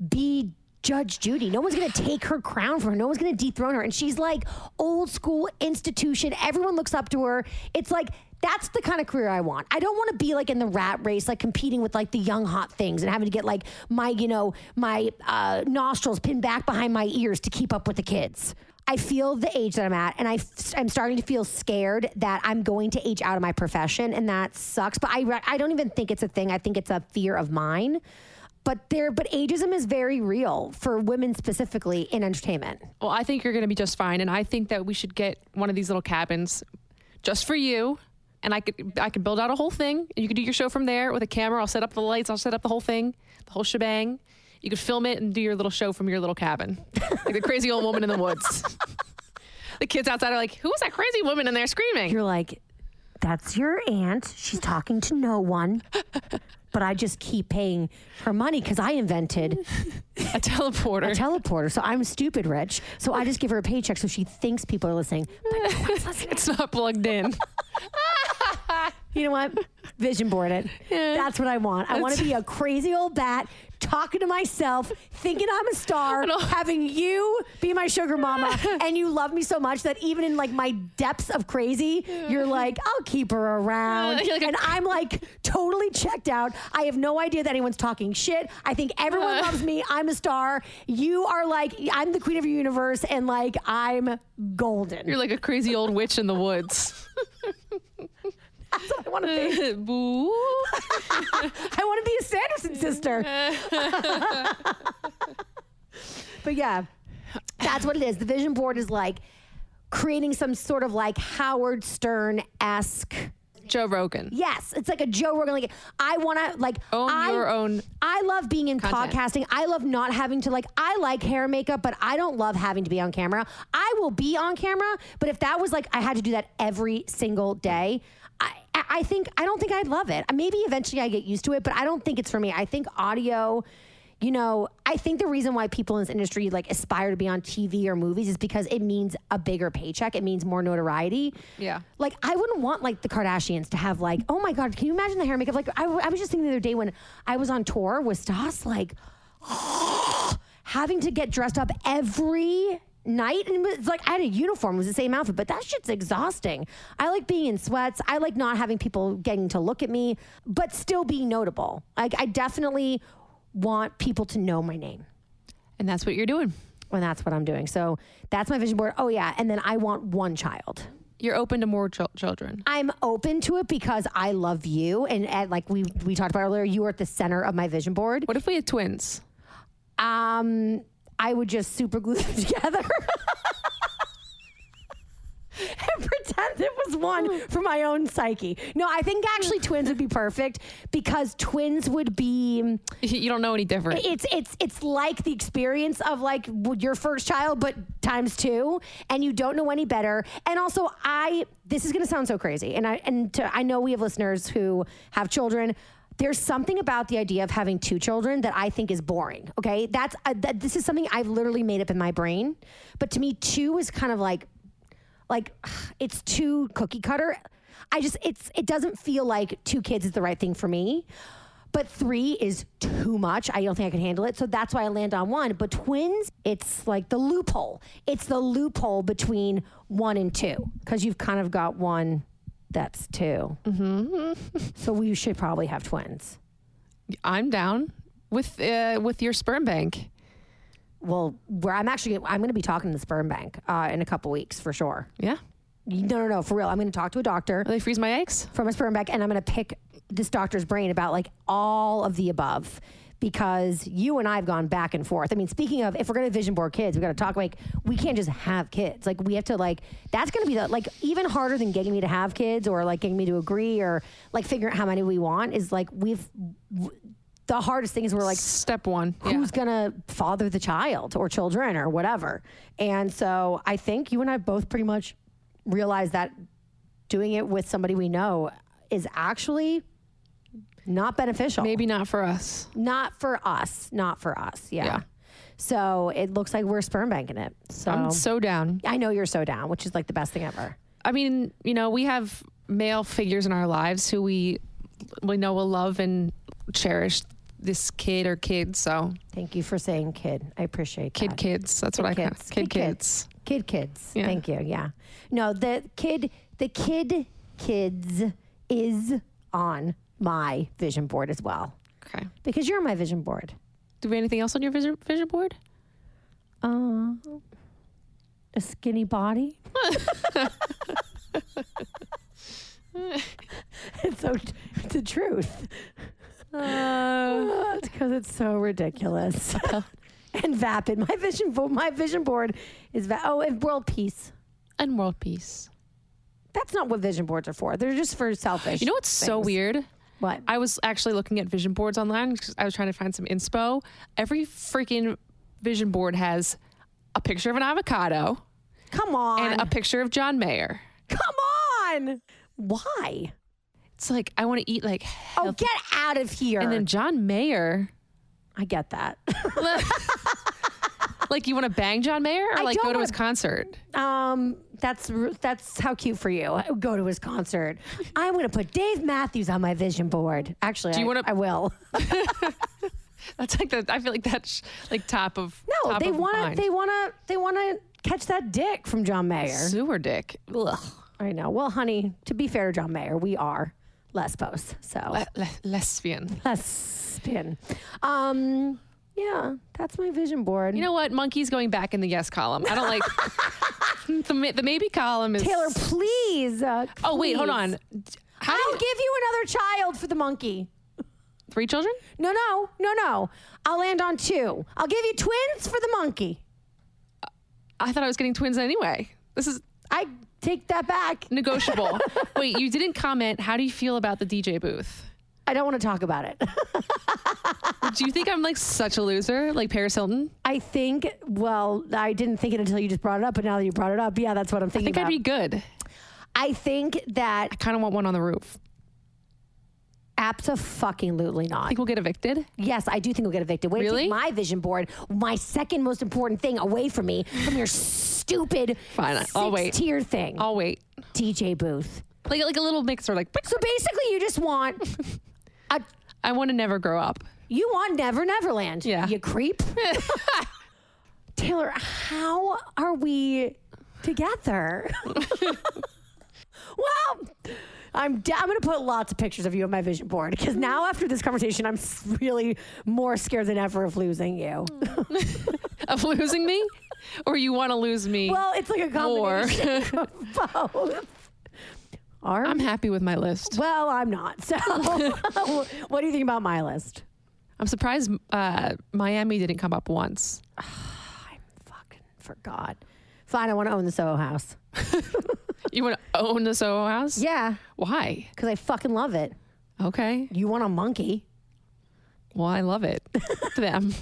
A: be Judge Judy. No one's gonna take her crown from her. No one's gonna dethrone her. And she's like old school institution. Everyone looks up to her. It's like that's the kind of career I want. I don't want to be like in the rat race, like competing with like the young hot things and having to get like my, you know, my uh, nostrils pinned back behind my ears to keep up with the kids. I feel the age that I'm at, and I am starting to feel scared that I'm going to age out of my profession, and that sucks. But I, re- I don't even think it's a thing. I think it's a fear of mine. But there, but ageism is very real for women specifically in entertainment.
B: Well, I think you're going to be just fine, and I think that we should get one of these little cabins just for you. And I could I could build out a whole thing. You could do your show from there with a camera. I'll set up the lights. I'll set up the whole thing, the whole shebang. You could film it and do your little show from your little cabin, like the crazy old woman in the woods. the kids outside are like, "Who was that crazy woman in there screaming?"
A: You're like, that's your aunt. She's talking to no one. But I just keep paying her money because I invented
B: a teleporter.
A: a teleporter. So I'm stupid rich. So I just give her a paycheck so she thinks people are listening. But no one's listening.
B: it's not plugged in.
A: You know what? Vision board it. That's what I want. I want to be a crazy old bat talking to myself, thinking I'm a star, having you be my sugar mama, and you love me so much that even in like my depths of crazy, you're like, I'll keep her around.
B: You're like a-
A: and I'm like totally checked out. I have no idea that anyone's talking shit. I think everyone
B: Uh.
A: loves me. I'm a star. You are like, I'm the queen of your universe, and like, I'm golden.
B: You're like a crazy old witch in the woods.
A: That's what I want to be.
B: Boo.
A: I want to be a Sanderson sister. but yeah, that's what it is. The vision board is like creating some sort of like Howard Stern esque.
B: Joe Rogan.
A: Yes, it's like a Joe Rogan. Like I want to like
B: Own
A: I,
B: your own
A: I love being in
B: content.
A: podcasting. I love not having to like. I like hair and makeup, but I don't love having to be on camera. I will be on camera, but if that was like I had to do that every single day, I I I think I don't think I'd love it. Maybe eventually I get used to it, but I don't think it's for me. I think audio. You know, I think the reason why people in this industry like aspire to be on TV or movies is because it means a bigger paycheck. It means more notoriety.
B: Yeah.
A: Like I wouldn't want like the Kardashians to have like, oh my god, can you imagine the hair and makeup? Like I, w- I was just thinking the other day when I was on tour with Stas, like having to get dressed up every night and it's like I had a uniform, it was the same outfit, but that shit's exhausting. I like being in sweats. I like not having people getting to look at me, but still being notable. Like I definitely want people to know my name.
B: And that's what you're doing.
A: And that's what I'm doing. So that's my vision board. Oh yeah, and then I want one child.
B: You're open to more chil- children.
A: I'm open to it because I love you, and, and like we we talked about earlier, you are at the center of my vision board.
B: What if we had twins?
A: Um, I would just super glue them together. and Pretend it was one for my own psyche. No, I think actually twins would be perfect because twins would be
B: You don't know any different.
A: it's it's it's like the experience of like w- your first child but times two and you don't know any better and also i this is going to sound so crazy and i and to, i know we have listeners who have children there's something about the idea of having two children that I think is boring. Okay, that's uh, that, this is something I've literally made up in my brain, but to me, two is kind of like like it's too cookie cutter. I just it's it doesn't feel like two kids is the right thing for me. But three is too much. I don't think I can handle it. So that's why I land on one. But twins, it's like the loophole. It's the loophole between one and two because you've kind of got one that's 2 Mm-hmm. so we should probably have twins.
B: I'm down with uh, with your sperm bank.
A: Well, where I'm actually, I'm going to be talking to the sperm bank uh, in a couple weeks for sure.
B: Yeah.
A: No, no, no, for real. I'm going to talk to a doctor.
B: Will they freeze my eggs?
A: from a sperm bank and I'm going to pick this doctor's brain about like all of the above because you and I have gone back and forth. I mean, speaking of, if we're going to vision board kids, we got to talk like we can't just have kids. Like we have to like that's going to be the like even harder than getting me to have kids or like getting me to agree or like figuring out how many we want is like we've w- the hardest thing is we're like
B: Step one. Yeah.
A: who's gonna father the child or children or whatever. And so I think you and I both pretty much realize that doing it with somebody we know is actually not beneficial.
B: Maybe not for us.
A: not for us. Not for us. Yeah.
B: Yeah.
A: So it looks like we're sperm banking it. So
B: I'm so down.
A: I know you're so down, which is like the best thing ever.
B: I mean, you know, we have male figures in our lives who we we know will love and cherish this kid or kids. So
A: Thank you for saying kid. I appreciate
B: kid
A: that.
B: kids. That's what I
A: kid
B: can
A: kids. Kid
B: kid, kids.
A: kids.
B: Yeah.
A: Thank you. Yeah. No, the kid the kid kids is on my vision board as well.
B: Okay.
A: Because you're on my vision board.
B: Do we have anything else on your vision, vision board?
A: Uh, a skinny body. it's so it's the truth. Uh, it's because it's so ridiculous and vapid. My vision board. My vision board is va- oh, and world peace.
B: And world peace.
A: That's not what vision boards are for. They're just for selfish.
B: You know what's so
A: things.
B: weird?
A: What?
B: I was actually looking at vision boards online 'cause I was trying to find some inspo. Every freaking vision board has a picture of an avocado
A: Come on.
B: and a picture of John Mayer.
A: Come on. Why?
B: It's like I want to eat like
A: Oh, get out of here.
B: and then John Mayer.
A: I get that.
B: like you want to bang John Mayer or
A: I
B: like
A: don't
B: go to
A: wanna-
B: his concert?
A: Um, that's r- that's how cute for you. I would Go to his concert. I'm gonna put Dave Matthews on my vision board. Actually,
B: you
A: I,
B: wanna-
A: I will.
B: That's like the I feel like that's like top of
A: No,
B: top
A: they
B: of
A: wanna
B: mind.
A: they wanna they wanna catch that dick from John Mayer.
B: sewer dick. Ugh.
A: I know. Well, honey, to be fair to John Mayer, we are lesbos. So
B: Le- le- lesbian.
A: lesbian. Um, yeah, that's my vision board.
B: You know what? Monkey's going back in the yes column. I don't like the, ma- the maybe column is
A: Taylor, please. Uh,
B: Oh wait, hold
A: please.
B: on. How
A: I'll
B: did,
A: give you another child for the monkey.
B: three children?
A: No, no, no, no. I'll land on two. I'll give you twins for the monkey.
B: I thought I was getting twins anyway. This is
A: I take that back.
B: negotiable. wait, you didn't comment. How do you feel about the DJ booth?
A: I don't want to talk about it.
B: Do you think I'm like such a loser, like Paris Hilton?
A: I think, well, I didn't think it until you just brought it up, but now that you brought it up, yeah, that's what I'm
B: I
A: thinking
B: think I'd
A: about.
B: be good.
A: I think
B: I
A: that
B: kind of want one on the roof.
A: absolutely not.
B: Think we'll get evicted?
A: Yes, I do think we'll get evicted. Way to take
B: Really?
A: my vision board, my second most important thing away from me, from your stupid
B: Fine, I- I'll wait.
A: tier thing.
B: I'll wait.
A: DJ booth.
B: Like like a little mixer. Like
A: So basically, you just want a
B: I want to never grow up.
A: You want Never Neverland.
B: Yeah.
A: You creep. Taylor, how are we together? well, I'm, d I'm going to put lots of pictures of you on my vision board because now after this conversation, I'm s- really more scared than ever of losing you.
B: Of losing me, or you want to lose me?
A: well, it's like a
B: Or-
A: combination of both. Are
B: I'm happy with my list.
A: well, I'm not. So, what do you think about my list?
B: I'm surprised uh, Miami didn't come up once.
A: Fucking forgot. Fine, I want to own the Soho house.
B: You want to own the Soho House?
A: Yeah.
B: Why?
A: because I fucking love it.
B: Okay.
A: You want a monkey,
B: Well, I love it. Them.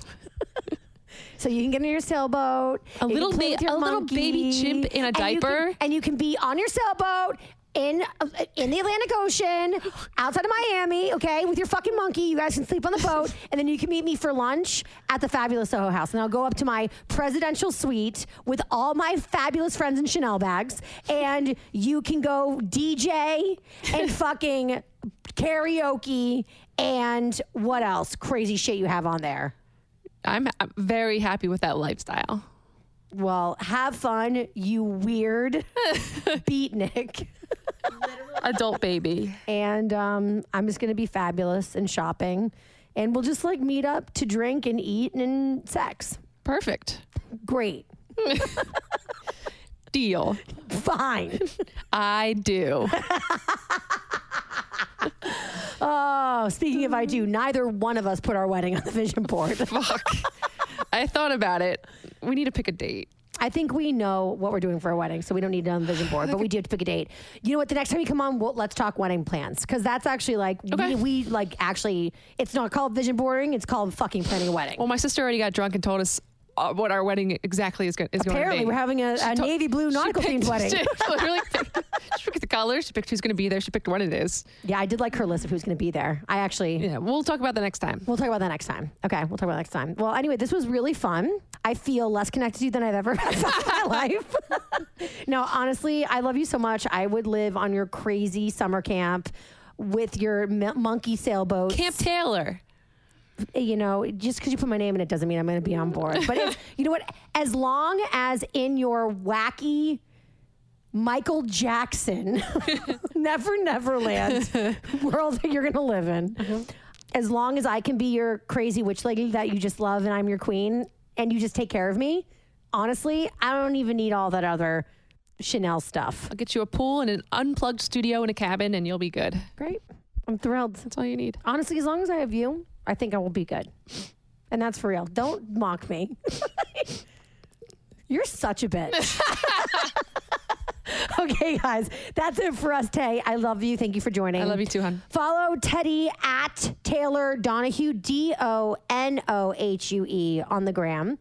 A: so you can get in your sailboat.
B: A
A: you
B: little
A: can play
B: ba-
A: with your
B: a little baby chimp in
A: and
B: a
A: you can-
B: diaper?
A: and you can be on your sailboat in uh, in the Atlantic Ocean, outside of Miami, okay, with your fucking monkey. You guys can sleep on the boat, and then you can meet me for lunch at the fabulous Soho House, and I'll go up to my presidential suite with all my fabulous friends in Chanel bags, and you can go DJ and fucking karaoke. And what else crazy shit you have on there?
B: I'm, I'm very happy with that lifestyle.
A: Well, have fun, you weird beatnik.
B: Adult baby.
A: And um, I'm just going to be fabulous and shopping. And we'll just like meet up to drink and eat and sex.
B: Perfect.
A: Great.
B: Deal.
A: Fine.
B: I do.
A: Oh, speaking of I do, neither one of us put our wedding on the vision board.
B: Fuck. I thought about it. We need to pick a date.
A: I think we know what we're doing for a wedding, so we don't need it on the vision board, but we do have to pick a date. You know what? The next time you come on, we'll, let's talk wedding plans because that's actually like
B: Okay.
A: we, we like actually it's not called vision boarding; it's called fucking planning a wedding.
B: Well, my sister already got drunk and told us uh, what our wedding exactly is, go- is going to be.
A: Apparently, we're having a, a
B: to-
A: navy blue
B: She
A: nautical
B: picked-
A: themed wedding.
B: She, she literally picked, she picked the color. She picked who's going to be there. She picked when it is.
A: Yeah, I did like her list of who's going to be there. I actually
B: Yeah, we'll talk about that next time.
A: We'll talk about that next time. Okay, we'll talk about that next time. Well, anyway, this was really fun. I feel less connected to you than I've ever felt in my life. no, honestly, I love you so much. I would live on your crazy summer camp with your m- monkey sailboat.
B: Camp Taylor.
A: You know, just because you put my name in it doesn't mean I'm going to be on board. But it's, you know what? As long as in your wacky Michael Jackson, Never Neverland world that you're going to live in, as long as I can be your crazy witch lady that you just love and I'm your queen and you just take care of me, honestly, I don't even need all that other Chanel stuff.
B: I'll get you a pool and an unplugged studio and a cabin, and you'll be good.
A: Great. I'm thrilled.
B: That's all you need.
A: honestly, as long as I have you, I think I will be good. And that's for real. Don't mock me. You're such a bitch. okay, guys, that's it for us today. I love you. Thank you for joining.
B: I love you too, hon.
A: Follow Teddy at Taylor Donahue, D O N O H U E, on the gram.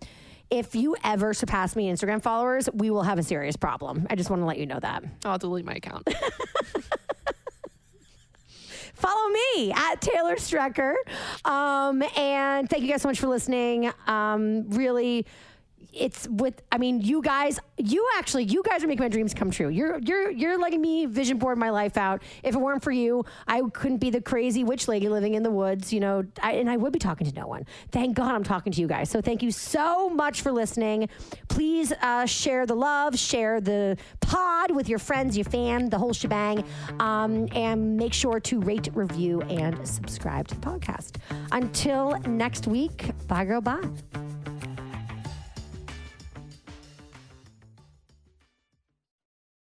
A: If you ever surpass me in Instagram followers, we will have a serious problem. I just want to let you know that.
B: I'll delete my account.
A: follow me at Taylor Strecker. Um, and thank you guys so much for listening. Um, really, it's with I mean, you guys, you actually, you guys are making my dreams come true. You're you're you're letting me vision board my life out. If it weren't for you, I couldn't be the crazy witch lady living in the woods, you know, I, and I would be talking to no one. Thank God I'm talking to you guys. So thank you so much for listening. Please uh, share the love, share the pod with your friends, your fam, the whole shebang. Um, and make sure to rate, review, and subscribe to the podcast. Until next week, bye, girl, bye.